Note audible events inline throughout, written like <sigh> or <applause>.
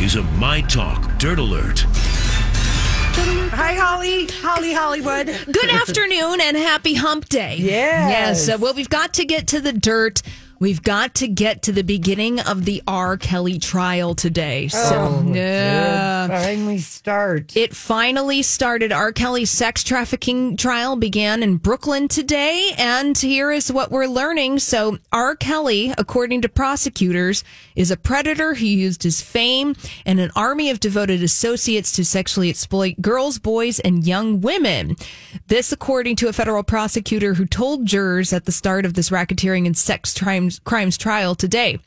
is a My Talk Dirt Alert. Hi, Holly. Holly Hollywood. Good afternoon and happy hump day. Yes. Yes. uh, well, we've got to get to the dirt. We've got to get to the beginning of the R. Kelly trial today. So, Uh, yeah. Finally start. It finally started. R. Kelly's sex trafficking trial began in Brooklyn today, and here is what we're learning. So, R. Kelly, according to prosecutors, is a predator who used his fame and an army of devoted associates to sexually exploit girls, boys, and young women. This, according to a federal prosecutor who told jurors at the start of this racketeering and sex crimes, crimes trial today.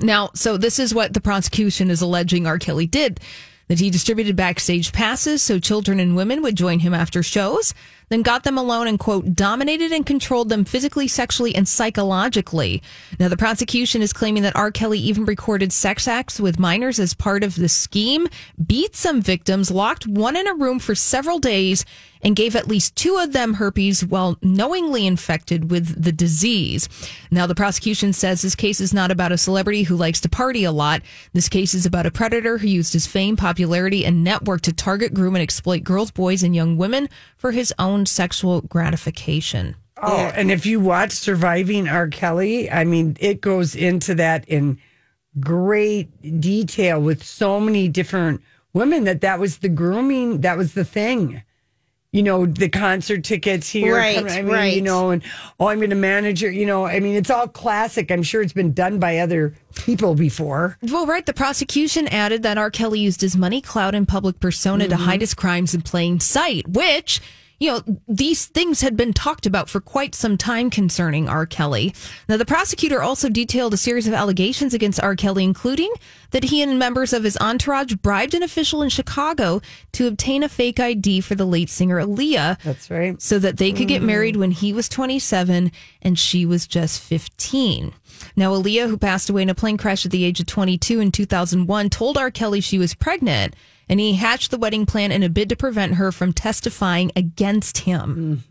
Now, so this is what the prosecution is alleging R. Kelly did that he distributed backstage passes so children and women would join him after shows, then got them alone and, quote, dominated and controlled them physically, sexually, and psychologically. Now, the prosecution is claiming that R. Kelly even recorded sex acts with minors as part of the scheme, beat some victims, locked one in a room for several days, and gave at least two of them herpes while knowingly infected with the disease. Now, the prosecution says this case is not about a celebrity who likes to party a lot. This case is about a predator who used his fame, popularity, and network to target, groom, and exploit girls, boys, and young women for his own sexual gratification. Oh, and if you watch Surviving R. Kelly, I mean, it goes into that in great detail with so many different women that that was the grooming, that was the thing. You know, the concert tickets here. Right, come- I mean, You right. know, and oh, I'm going to manage it. You know, I mean, it's all classic. I'm sure it's been done by other people before. Well, right. The prosecution added that R. Kelly used his money, clout, and public persona to hide his crimes in plain sight, which, you know, these things had been talked about for quite some time concerning R. Kelly. Now, the prosecutor also detailed a series of allegations against R. Kelly, including that he and members of his entourage bribed an official in Chicago to obtain a fake ID for the late singer Aaliyah That's right. so that they could Mm. get married when he was 27 and she was just 15. Now, Aaliyah, who passed away in a plane crash at the age of 22 in 2001, told R. Kelly she was pregnant, and he hatched the wedding plan in a bid to prevent her from testifying against him.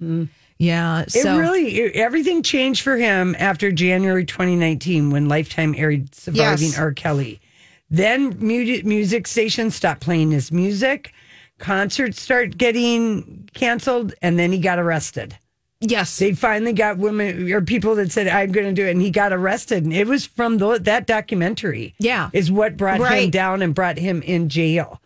Yeah, Mm-hmm. It so really it- everything changed for him after January 2019 when Lifetime aired Surviving Yes. R. Kelly. Then mu- music stations stopped playing his music, concerts start getting canceled, and then he got arrested. yes, They finally got women or people that said, "I'm going to do it," and he got arrested. And it was from tho- that documentary. Yeah. is what brought him Right. down and brought him in jail.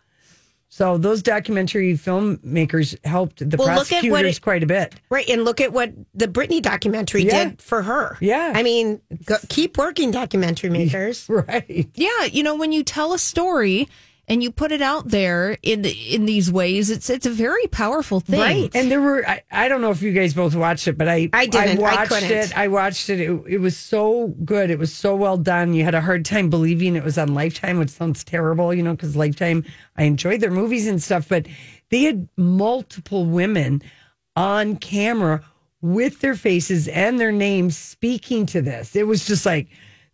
So those documentary filmmakers helped the Well, look at what prosecutors it- quite a bit. <laughs> Right, and look at what the Britney documentary Yeah. did for her. Yeah. I mean, go, keep working, documentary makers. Right. yeah. You know, when you tell a story and you put it out there in in these ways, it's it's a very powerful thing. Right. And there were I, I don't know if you guys both watched it, but I I didn't. I watched couldn't. it. I watched it. it. It was so good. It was so well done. You had a hard time believing it was on Lifetime, which sounds terrible, you know, because Lifetime I enjoyed their movies and stuff, but they had multiple women on camera with their faces and their names speaking to this. It was just like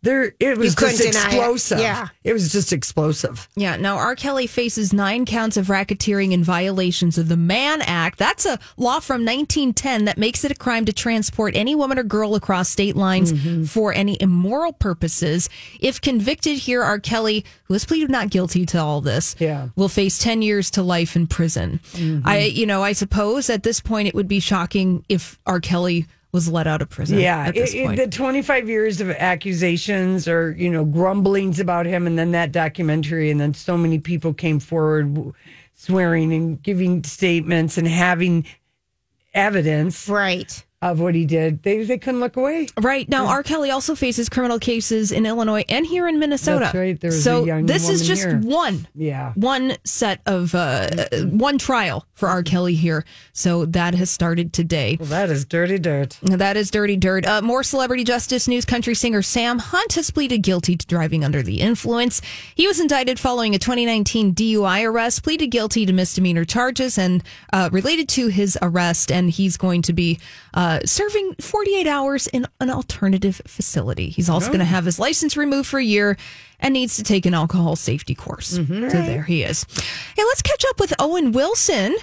there it was couldn't just deny it. explosive. Yeah. It was just explosive. Yeah, now R. Kelly faces nine counts of racketeering and violations of the Mann Act. That's a law from 1910 that makes it a crime to transport any woman or girl across state lines Mm-hmm. for any immoral purposes. If convicted here, R. Kelly, who has pleaded not guilty to all this, Yeah. Mm-hmm. will face 10 years to life in prison. I, you know, I suppose at this point it would be shocking if R. Kelly was let out of <laughs> prison. Yeah, at this it- it- point. the 25 years of accusations or you know grumblings about him, and then that documentary, and then so many people came forward w- swearing and giving statements and having evidence Right. of what he did. They they couldn't look away. Right now, R. Kelly also faces criminal cases in Illinois and here in Minnesota. That's right. There was so a young this is woman just here. one, Yeah. one set of uh, uh, one trial for R. Kelly here. So that has started today. Well, that is dirty dirt. Now, That is dirty dirt. Uh, more celebrity justice news. Country singer Sam Hunt has pleaded guilty to driving under the influence. He was indicted following a 2019 DUI arrest, pleaded guilty to misdemeanor charges and uh, related to his arrest. And he's going to be uh, serving 48 hours in an alternative facility. He's also going to have his license removed for a year and needs to take an alcohol safety course. So there he is. Hey, let's catch up with Owen Wilson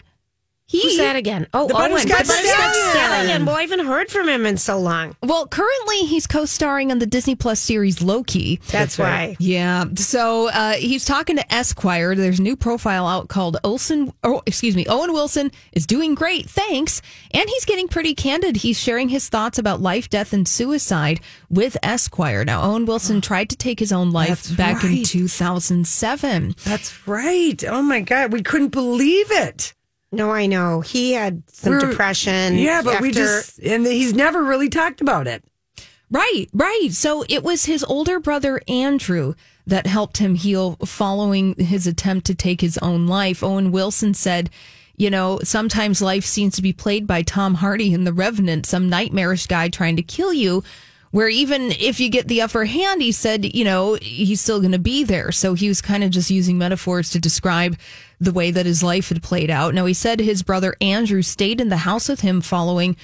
He Who's that again? Oh, The Owen. Butterscotch The Stallion. Stallion. Well, I haven't heard from him in so long. Well, currently he's co-starring on the Disney Plus series Loki. That's, why. Yeah. So uh, he's talking to Esquire. There's a new profile out called Olson. Oh, excuse me. Owen Wilson is doing great. Thanks. And he's getting pretty candid. He's sharing his thoughts about life, death, and suicide with Esquire. Now, Owen Wilson tried to take his own life That's back in right. 2007. That's right. Oh my God. We couldn't believe it. No, I know. He had some We're- depression. Yeah, but we after- just, and he's never really talked about it. Right, right. So it was his older brother Andrew that helped him heal following his attempt to take his own life. Owen Wilson said, you know, sometimes life seems to be played by Tom Hardy in The Revenant, some nightmarish guy trying to kill you. Where even if you get the upper hand, he said, you know, he's still going to be there. So he was kind of just using metaphors to describe the way that his life had played out. Now, he said his brother Andrew stayed in the house with him following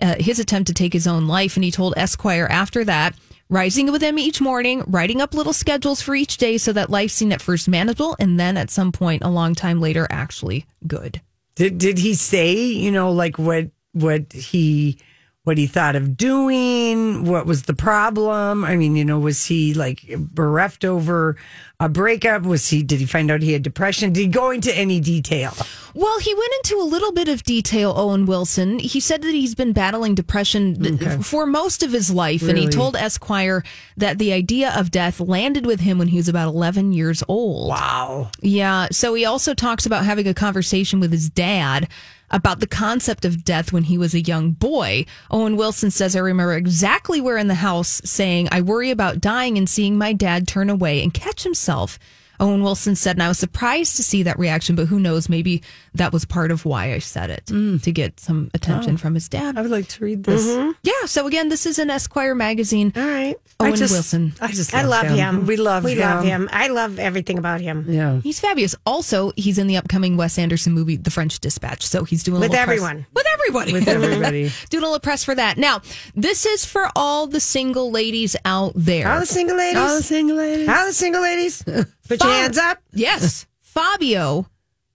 uh, his attempt to take his own life. And he told Esquire after that, rising with him each morning, writing up little schedules for each day so that life seemed at first manageable and then at some point a long time later actually good. Did did he say, you know, like what what he what he thought of doing? What was the problem? I mean, you know, was he like bereft over a breakup? Was he did he find out he had depression? Did he go into any detail? Well, he went into a little bit of detail, Owen Wilson. He said that he's been battling depression th- for most of his life, and he told Esquire that the idea of death landed with him when he was about 11 years old. Wow. Yeah. So he also talks about having a conversation with his dad about the concept of death when he was a young boy. Owen Wilson says, I remember exactly where in the house saying, I worry about dying and seeing my dad turn away and catch himself. Owen Wilson said, and I was surprised to see that reaction, but who knows? Maybe that was part of why I said it Mm. to get some attention from his I dad. would like to read this. Yeah. So again, this is an Esquire magazine. All right. Owen Mm-hmm. I just, Wilson. I just I love him. We love we him. love him. I love everything about him. Yeah. He's fabulous. Also, he's in the upcoming Wes Anderson movie, The French Dispatch. So he's doing a With little press- everyone. with everybody, With everybody. <laughs> doing a little press for that. Now, this is for all the single ladies out there. All the single ladies. <laughs> All the single ladies. All the single <laughs> ladies. Put your Fun. hands up. <laughs> yes, Fabio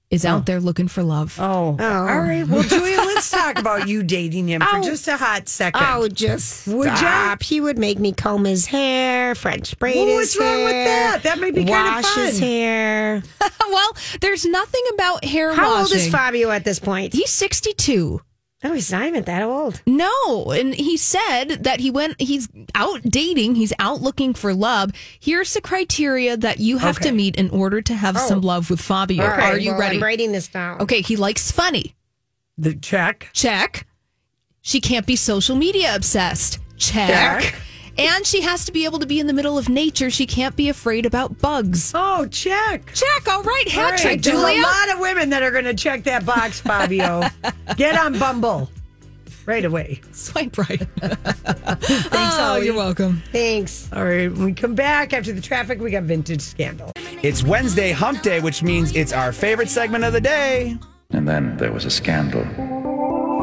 is out there looking for love. Oh. All right. Well, Julia, let's talk about you dating him for Oh. just a hot second. Oh, just Would ya? stop. He would make me comb his hair, French braid Well, his what's wrong with hair, that? That may be kinda wash his fun. hair. Oh, well, there's nothing about hair How old washing. is Fabio at this point? He's 62. Oh, he's not even that old. No, and he said that he went. He's out dating. He's out looking for love. Here's the criteria that you have to meet in order to have some love with Fabio. Oh. All right, Are you well, ready? I'm writing this down. Okay, he likes funny. The check. Check. She can't be social media obsessed. Check. Check. And she has to be able to be in the middle of nature. She can't be afraid about bugs. Oh, check. Check. All right, hat All right, trick, There's Julia. a lot of women that are going to check that <laughs> box, Fabio. Get on Bumble right away. Swipe <laughs> right. oh, you're welcome. Thanks. All right, when we come back after the traffic, we got Vintage Scandal. It's Wednesday Hump Day, which means it's our favorite segment of the day. And then there was a scandal.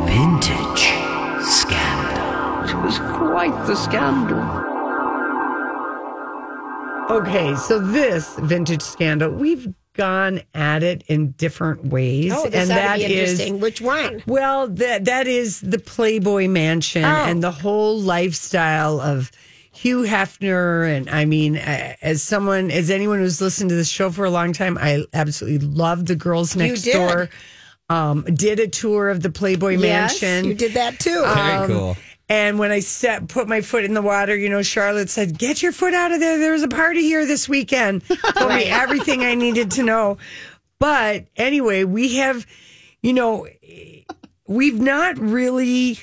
Vintage scandal. It was quite the scandal. Okay, so this Vintage Scandal, we've gone at it in different ways. Oh, this and ought that to is be interesting. Which one? Well, that that is the Playboy Oh. Mansion and the whole lifestyle of Hugh Hefner. And I mean, a- as someone, as anyone who's listened to this show for a long time, I absolutely love the girls next did. door. Um, did a tour of the Playboy Yes, Mansion. you did that too. Very cool. And when I set, put my foot in the water, you know, Charlotte said, Get your foot out of there. There was a party here this <laughs> weekend. Told me everything I needed to know. But anyway, we have, you know, we've not really.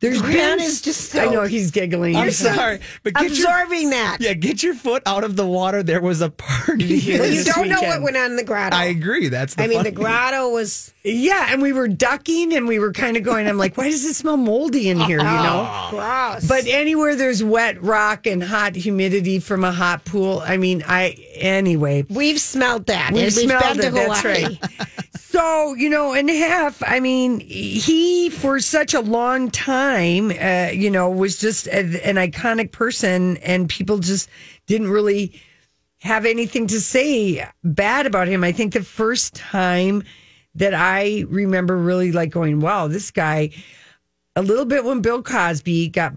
There's Grant been. is just I so- know he's giggling. I'm sorry, but get your Absorbing that. yeah, get your foot out of the water. There was a party. Well, you this don't know what weekend. went on in the grotto. I, I agree. That's the mean, funny the grotto was Yeah. And we were ducking and we were kind of going, I'm like, Why does it smell moldy in here, you know? <laughs> gross. But anywhere there's wet rock and hot humidity from a hot pool, I mean, I, anyway. we've smelled that. We've and we've smelled been to it, that's Hawaii. right. So, you know, and half, I mean, he for such a long time, uh, you know, was just a, an iconic person and people just didn't really have anything to say bad about him. I think the first time that I remember really like going, wow, this guy, a little bit when Bill Cosby got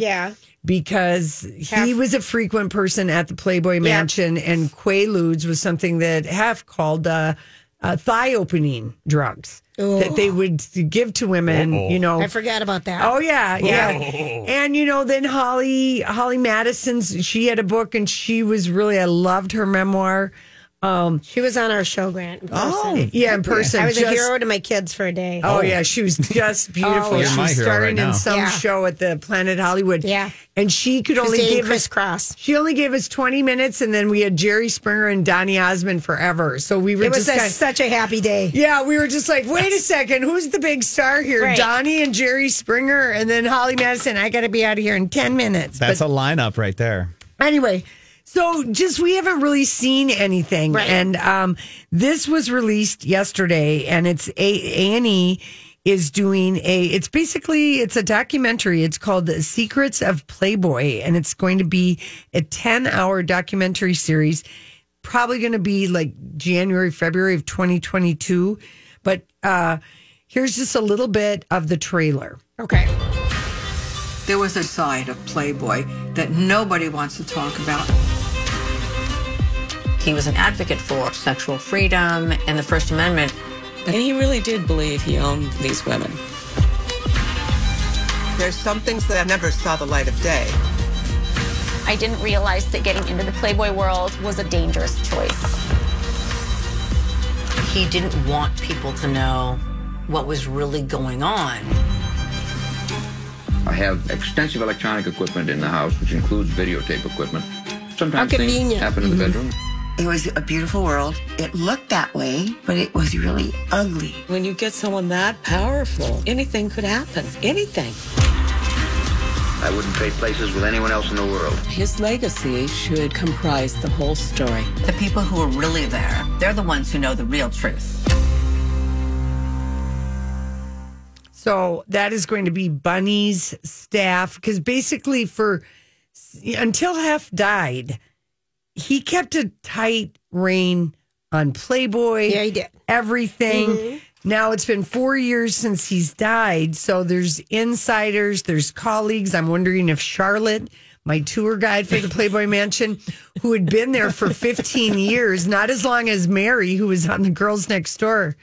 <laughs> Yeah. because he Half- was a frequent person at the Playboy Mansion, and Quaaludes was something that half called uh, uh, thigh opening drugs that they would give to women. You know, I forgot about that. Oh yeah, yeah. And you know, then Holly Holly Madison's she had a book and she was really I loved her memoir. She was on our show, Grant. in person. yeah, in person. Oh. I was a just- hero to my kids for a day. Oh yeah, she <laughs> was just beautiful. you're she my was hero starring right now. in some Yeah. show at the Planet Hollywood. Yeah. and she could She was only dating give us Chris Cross. she only gave us 20 minutes and then we had Jerry Springer and Donny Osmond forever. So we were It was just a, kind such a happy day. yeah, we were just like, wait a second, who's the big star here? Right. Donnie and Jerry Springer and then Holly Madison. I got to be out of here in 10 minutes. That's a lineup right there. Anyway, so just we haven't really seen anything, Right. and um, this was released yesterday, and it's a- Annie is doing a. It's basically it's a documentary. It's called The Secrets of Playboy, and it's going to be a ten hour documentary series. Probably going to be like January, February of 2022. But uh, here's just a little bit of the trailer. Okay. There was a side of Playboy that nobody wants to talk about. He was an advocate for sexual freedom and the First Amendment. And he really did believe he owned these women. There's some things that I never saw the light of day. I didn't realize that getting into the Playboy world was a dangerous choice. He didn't want people to know what was really going on. I have extensive electronic equipment in the house, which includes videotape equipment. Sometimes How things convenient. happen in the bedroom. It was a beautiful world. It looked that way, but it was really ugly. When you get someone that powerful, anything could happen. Anything. I wouldn't trade places with anyone else in the world. His legacy should comprise the whole story. The people who are really there, they're the ones who know the real truth. So that is going to be Bunny's staff because basically, for until Hef died, he kept a tight rein on Playboy. Yeah, he did. Mm-hmm. Everything. Now it's been four years since he's died. So there's insiders, there's colleagues. I'm wondering if Charlotte, my tour guide for the <laughs> Playboy Mansion, who had been there for 15 years, not as long as Mary, who was on the girls next door.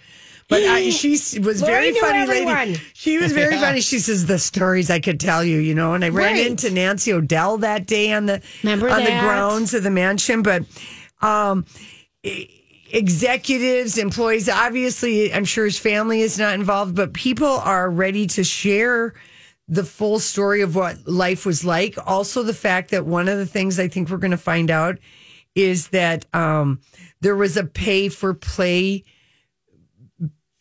<gasps> But I, she s- was Lori very knew funny lady. everyone. She was <laughs> very funny. She says the stories I could tell you, you know. And I ran Right. into Nancy Odell that day on the Remember on the that? grounds of the mansion, but um, e- executives, employees, obviously, I'm sure his family is not involved, but people are ready to share the full story of what life was like. Also, the fact that one of the things I think we're going to find out is that um, there was a pay for play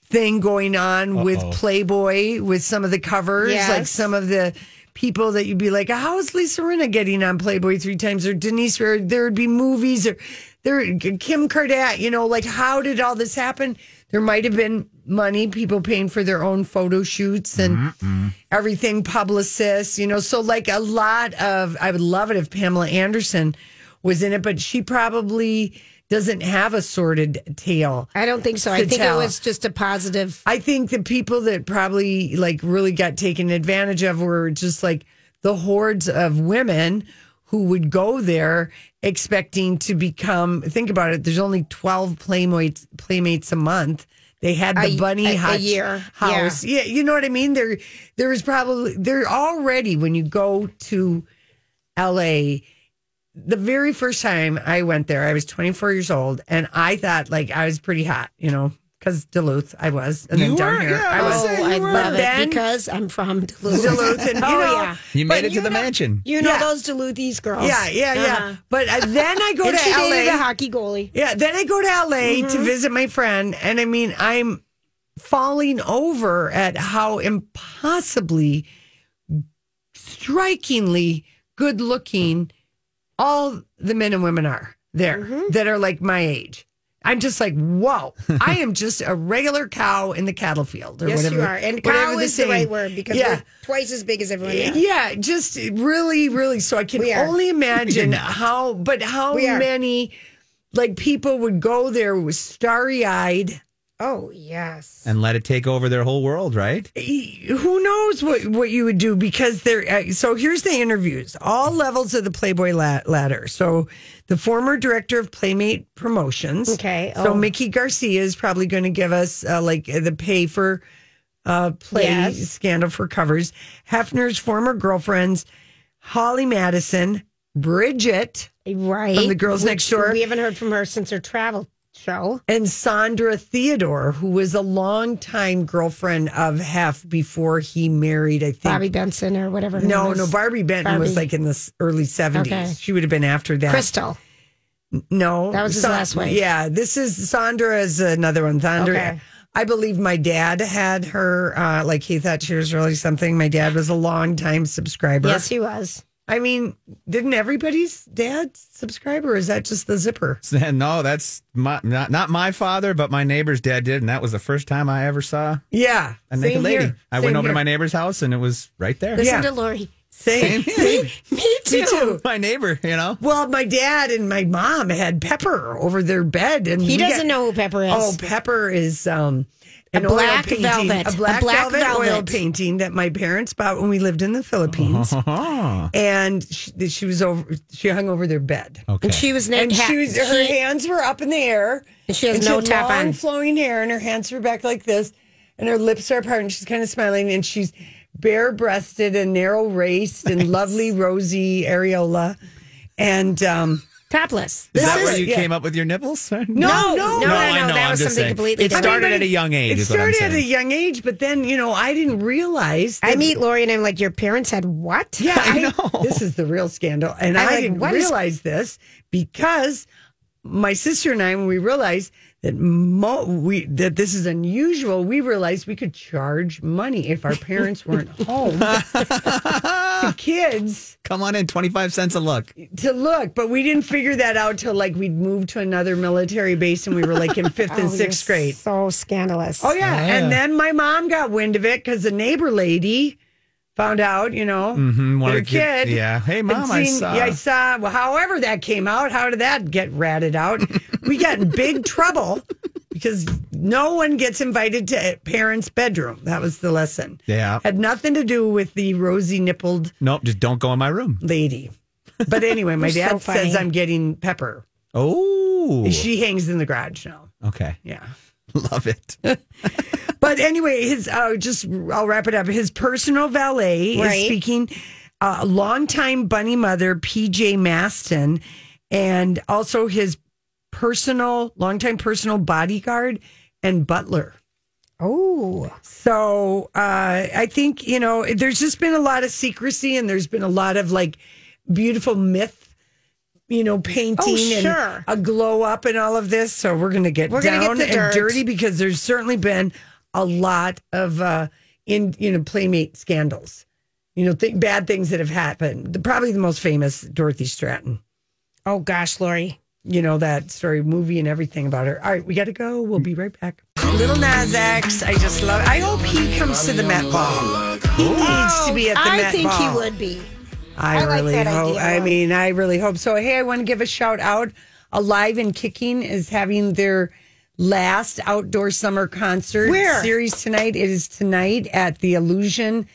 thing going on with Playboy with some of the covers, Yes. like some of the people that you'd be like, how is Lisa Rinna getting on Playboy three times or Denise? Or there would be movies or there Kim Kardashian, you know, like how did all this happen? There might have been money, people paying for their own photo shoots and everything, publicists, you know. So like a lot of I would love it if Pamela Anderson was in it, but she probably doesn't have a sordid tale. I don't think so. I Could think tell. it was just a positive. I think the people that probably like really got taken advantage of were just like the hordes of women who would go there expecting to become think about it there's only 12 playmates playmates a month they had the A- bunny a- a hutch year. house yeah. you know what i mean there there is probably there already when you go to la the very first time I went there, I was 24 years old, and I thought like I was pretty hot, you know, because Duluth I was, and then You down were? here Yeah, I I was was. saying you oh, I were- love But then- it because I'm from Duluth. <laughs> Duluth, <laughs> and you oh, know, yeah. You But made it to you the know- mansion. You know Yeah. those Duluthese girls. yeah, yeah, Uh-huh. yeah. But uh, then I go And she dated to a LA. hockey goalie. Yeah, then I go to LA Mm-hmm. to visit my friend, and I mean, I'm falling over at how impossibly, strikingly good looking all the men and women are there Mm-hmm. that are like my age. I'm just <laughs> like, whoa, I am just a regular cow in the cattle field or Yes, whatever. you are. And whatever cow is the saying. right word because Yeah. we're twice as big as everyone else. Yeah, just really, really. So I <laughs> can We are. only imagine how, but how We are. many like people would go there with starry eyed Oh, yes. and let it take over their whole world, right? who knows what, what you would do because there. Uh, so here's the interviews, all levels of the Playboy la- ladder. So the former director of Playmate Promotions. Okay, So oh. Mickey Garcia is probably going to give us uh, like the pay for uh, play Yes. scandal for covers. Hefner's former girlfriends, Holly Madison, Bridget Right. From the Girls Which Next Door. We haven't heard from her since her travel show. and Sandra Theodore, who was a longtime girlfriend of Hef before he married, I think, Bobby Benson or whatever. her No, name no, is. Barbie Benton was Barbie. like in the s- early 70s. Okay. She would have been after that. Crystal. No. That was his Sa- last wife. Yeah, this is Sandra is another one. Sandra. Okay. I believe my dad had her, uh, like he thought she was really something. My dad was a longtime subscriber. Yes, he was. I mean, didn't everybody's dad subscribe or is that just the zipper? no, that's my, not not my father, but my neighbor's dad did, and that was the first time I ever saw Yeah. a naked same lady. here, I went same over to here. my neighbor's house, and it was right there. Listen Yeah. to Lori. <laughs> Same. <laughs> Me, <laughs> too. My neighbor, you know. Well, my dad and my mom had Pepper over their bed, and He we doesn't got- know who Pepper is. Oh, Pepper is um, A an oil black painting- velvet. a black, A black velvet, oil velvet. painting that my parents bought when we lived in <laughs> the Philippines, Oh, and she, she was over. She hung over their bed, okay. And she was named. and she was, her hands were up in the air, And she has and no had top long on. flowing hair, and her hands were back like this, and her lips are apart, and she's kind of smiling, and she's bare breasted and narrow raced and lovely rosy areola, and um. Topless. is that this where is- you yeah. came up with your nipples? No, No, no, no, I no, know, that I'm was just something saying. completely It different. started I mean, at a young age. It is what I'm started at a saying. young age, but then you know I didn't realize. I that- meet Lori and I'm like, your parents had what? <laughs> Yeah, I I know. know. This is the real scandal, and i I'm like, didn't what is- realize this because my sister and I, when we realized that mo- we that this is unusual, we realized we could charge money if our parents <laughs> weren't home. to kids Come on in, twenty-five cents a look. to look, but we didn't figure that out till like we'd moved to another military base and we were <laughs> like in fifth and Oh, sixth you're grade. So scandalous. Oh yeah. Ah. and then my mom got wind of it because the neighbor lady found out. You know, Mm-hmm. Mhm, one of their the kid- kid. yeah. Hey, had Mom, I seen- saw. Yeah, I saw. Well, however that came out, how did that get <laughs> ratted out? we got in big trouble because no one gets invited to parents' bedroom. That was the lesson. Yeah. had nothing to do with the rosy nippled Nope, just don't go in my room. lady. But <laughs> anyway, my You're so dad says funny. I'm getting pepper. Oh, She hangs in the garage now. okay, <laughs> Yeah. love it. Oh. But anyway, his uh, just I'll wrap it up. His personal valet Right. is speaking. Uh, longtime bunny mother PJ Maston, and also his personal longtime personal bodyguard and butler. Oh. So uh, I think you know there's just been a lot of secrecy, and there's been a lot of like beautiful myth, you know, painting Oh, sure. and a glow up and all of this. So we're gonna get We're gonna down get the dirt. and dirty because there's certainly been a lot of uh, in you know playmate scandals, you know, th- bad things that have happened. The, probably the most famous Dorothy Stratton. Oh gosh, Lori. You know that story, movie, and everything about her. All right, we got to go. We'll be right back. Little Nas X, I just love. I hope he comes to the Met Ball. He needs to be at the I Met think Ball. he would be. I, I like really that hope. idea, I Lauren. mean, I really hope so. Hey, I want to give a shout out. Alive and Kicking is having their last outdoor summer concert Where? series tonight. It is tonight at the Illusion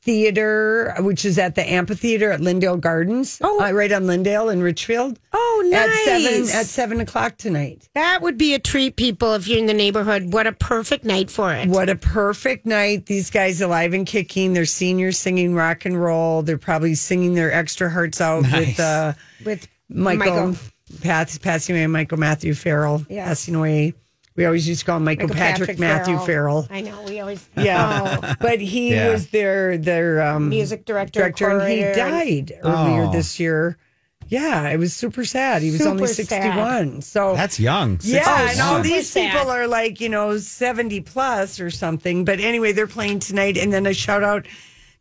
Theater, which is at the amphitheater at Lindale Gardens, Oh. uh, right on Lindale in Richfield. Oh, At seven nice. at seven o'clock tonight. That would be a treat, people, if you're in the neighborhood. What a perfect night for it. What a perfect night. These guys alive and kicking. They're seniors singing rock and roll. They're probably singing their extra hearts out with uh, With Michael, Michael. Pat, passing away, Michael Matthew Farrell Yeah. passing away. We always used to call him Michael, Michael Patrick, Matthew Farrell. I know. We <laughs> always. Yeah, Oh. <laughs> but he Yeah. was their their um, Music director, director, and he choreographer, and- died earlier Oh. this year. Yeah, it was super sad. He was only Super sad. sixty one. So That's young. yeah, and all Super these sad. people are like, you know, 70 plus or something. But anyway, they're playing tonight. And then a shout out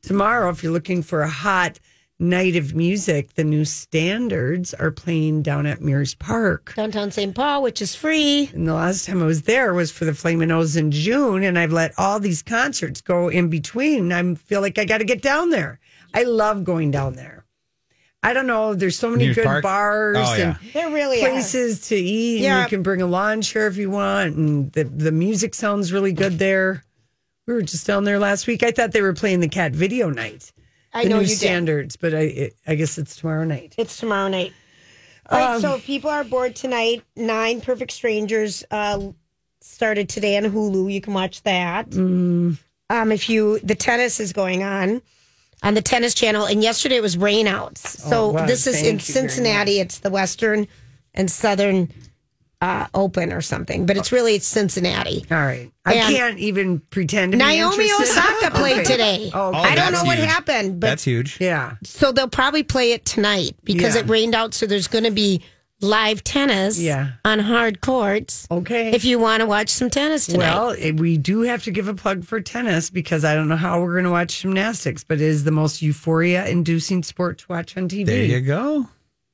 tomorrow if you're looking for a hot night of music, the new standards are playing down at Mears Park. Downtown St. Paul, which is free. And the last time I was there was for the Flamin' O's in June, and I've let all these concerts go in between. I feel like I got to get down there. I love going down there. I don't know. There's so many News good Park? bars Oh, yeah. and There really are. places to eat. And Yeah. you can bring a lawn chair if you want, and the the music sounds really good there. We were just down there last week. I thought they were playing the cat video night. I the know new you did. standards, but I it, I guess it's tomorrow night. It's tomorrow night. All right, Um, so if people are bored tonight, Nine Perfect Strangers uh, started today on Hulu. You can watch that. Um, if you, the tennis is going on on the tennis channel, and yesterday it was rainouts. So Oh, it was. this is Thank in you very Cincinnati. It's the Western and Southern uh, Open or something, but it's really it's Cincinnati. All right, I And- can't even pretend. To be Naomi interested. Osaka played <laughs> Okay. today. Oh, okay. I don't know what happened, but that's huge. Yeah. so they'll probably play it tonight because Yeah. it rained out. So there's going to be live tennis Yeah. on hard courts. Okay. If you want to watch some tennis tonight. <laughs> Well, eh, we do have to give a plug for tennis because I don't know how we're going to watch gymnastics, but it is the most euphoria inducing sport to watch on TV. There you go.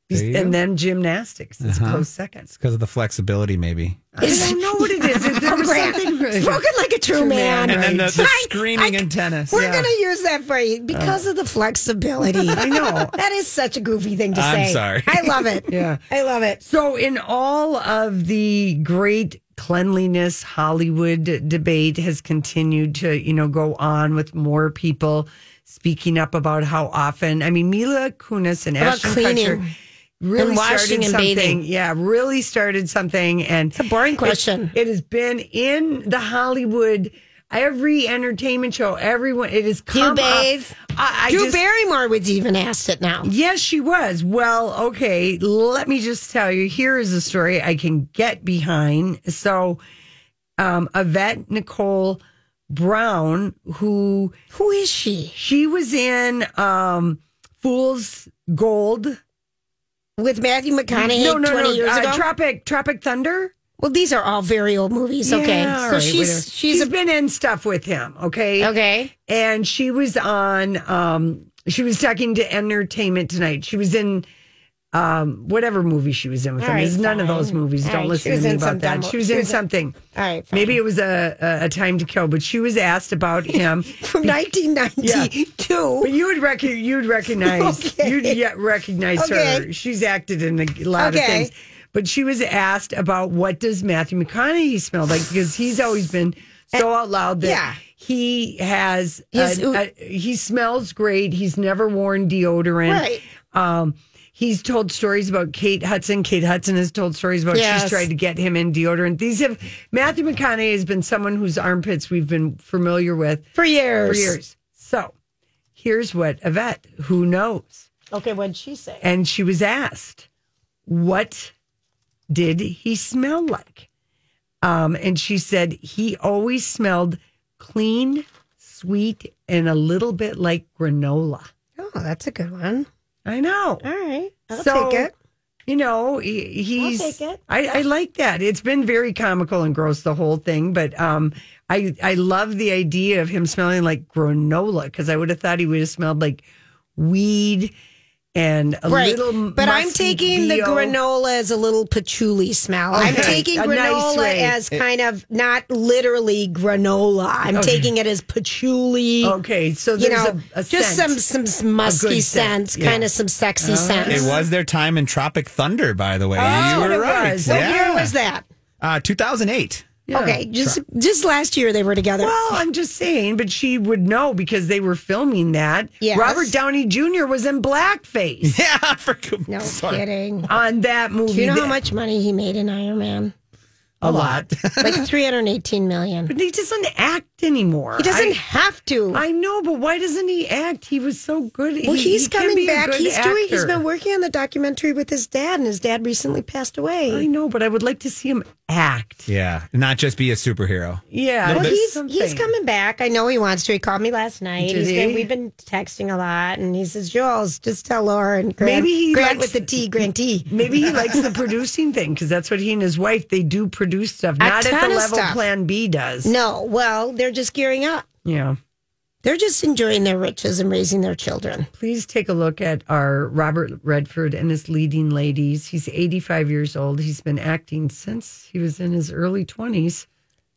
There you and go. then gymnastics is Uh-huh. close second. It's because of the flexibility, maybe. I don't know what it is. <laughs> There was Brad, something Oh, Spoken like a true man. And then the, the Right. screaming in tennis. We're going to use that for you because of the flexibility. <laughs> I know. <laughs> That is such a goofy thing to I'm say. sorry. I love it. <laughs> Yeah. I love it. So, in all of the great cleanliness, Hollywood debate has continued to, you know, go on with more people speaking up about how often. I mean, Mila Kunis and About Ashton cleaning. Kutcher really And washing started and something. bathing. Yeah, really started something. And it's a boring question. It, has been in the Hollywood. Every entertainment show, everyone, it is Do you come up- bathe? I, I Drew just- Barrymore was even asked it now. Yes, she was. Well, okay. Let me just tell you here is a story I can get behind. So, um, Yvette Nicole Brown, who Who is she? she was in um, Fool's Gold. With Matthew McConaughey 20 years uh, ago? Tropic, Tropic Thunder. well, these are all very old movies. okay. Yeah, all So right, whatever. she's, she's, she's a, been in stuff with him. Okay. okay. and she was on um she was talking to entertainment tonight she was in um whatever movie she was in with All him right, It's none of fine. those movies All don't right, she listen was to me in some about that dumb- she was she in was in- something All right. Fine. maybe it was a, a a time to kill but she was asked about him <laughs> from 1992. but you would rec- you'd recognize <laughs> Okay. you'd yet recognize Okay. her she's acted in a lot Okay. of things but she was asked about what does Matthew McConaughey smell like because he's always been so out loud that yeah. he has His- a, a- he smells great he's never worn deodorant Right. um He's told stories about Kate Hudson. Kate Hudson has told stories about Yes. she's tried to get him in deodorant. These have Matthew McConaughey has been someone whose armpits we've been familiar with For years. for years. So here's what Yvette, who knows, Okay, what'd she say? and she was asked, what did he smell like? Um, and she said, he always smelled clean, sweet, and a little bit like granola. Oh, that's a good one. I know. All right. I'll So, take it. You know, he- he's. take it. I, I like that. It's been very comical and gross the whole thing, but um, I I love the idea of him smelling like granola because I would have thought he would have smelled like weed and a right. little. but I'm musty taking the bio. granola as a little patchouli smell. I'm Okay. taking A nice granola way. as kind of not literally granola. I'm Okay. taking it as patchouli. Okay, so there's You know, a, a just scent. some some musky good scent, scent, yeah. kind of some sexy scent. It was their time in Tropic Thunder, by the way. That's you what were Oh, it right. was. What year Yeah. was that? Uh, 2008. Yeah. Okay, just just last year they were together. Well, I'm just saying, but she would know because they were filming that. Yes. Robert Downey Jr. was in <laughs> <laughs> blackface Yeah, I forgot. no Sorry. kidding. on that movie. Do you know how That- much money he made in Iron Man? A lot. <laughs> <laughs> Like 318 million. but he doesn't act anymore. He doesn't I- have to. I know, but why doesn't he act? He was so good. well, He- he's he can coming be a back. good He's doing. He's actor. been working on the documentary with his dad, and his dad recently passed I away. know, but I would like to see him act. Yeah, not just be a superhero. Yeah, Well, Well, But- there's he's he's something. coming back. I know he wants to. He called me last night. Did He's been, he? we've been texting a lot, and he says, "Jules, just tell Laura and Grant, Maybe he Grant likes- with the T, Grantee." Maybe he likes the producing thing because that's what he and his wife they do produce stuff. Not at ton the of level stuff. Plan B does. No, well, they're just gearing up. Yeah. They're just enjoying their riches and raising their children. Please take a look at our Robert Redford and his leading ladies. He's 85 years old. He's been acting since he was in his early 20s.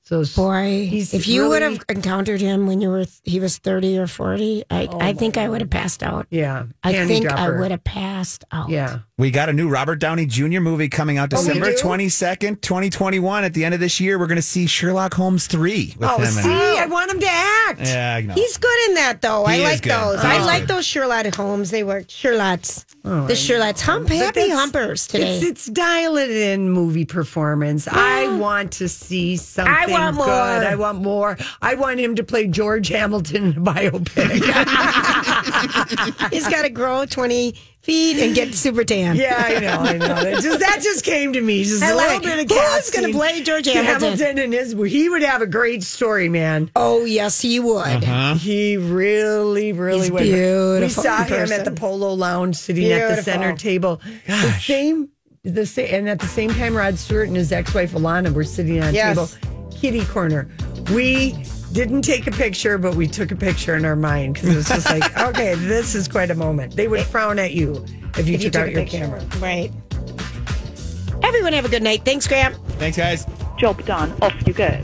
So boy, he's if you would really- have encountered him when you were he was thirty or forty, I Oh, I my think I would have passed out. Yeah, I panty think dropper. I would have passed out. Yeah. We got a new Robert Downey Jr. movie coming out Oh, we December do? twenty second, twenty twenty one. At the end of this year, we're going to see Sherlock Holmes three with Oh, him. in it. see, I want him to act. Yeah, I know. He's good in that though. He I is like good. those. He I is like good. those Sherlock Holmes. They work Sherlock's. Oh, the I Sherlock's hump But happy that's- <laughs> humpers today. It's, it's dial it in movie performance. I want to see something I want more. good. Ah. I want more. I want him to play George Hamilton in a <laughs> biopic. <laughs> He's got to grow twenty feet and get super tan. Yeah, I know, I know. That just that just came to me. Just I a like little it. bit of Who's gonna casting. play George Hamilton? Hamilton and his he would have a great story, man. Oh yes, he would. Uh-huh. He really, really He's would. We beautiful saw in him at the person. Polo Lounge, sitting at the Beautiful. center table. The same, the same, and at the same time, Rod Stewart and his ex-wife Alana were sitting on a Yes. table, kitty corner. We didn't take a picture, but we took a picture in our mind because it was just like, <laughs> okay, this is quite a moment. They would frown at you if you If took out a your picture. camera. Right. Everyone have a good night. Thanks, Graham. Thanks, guys. Job done. Off you go.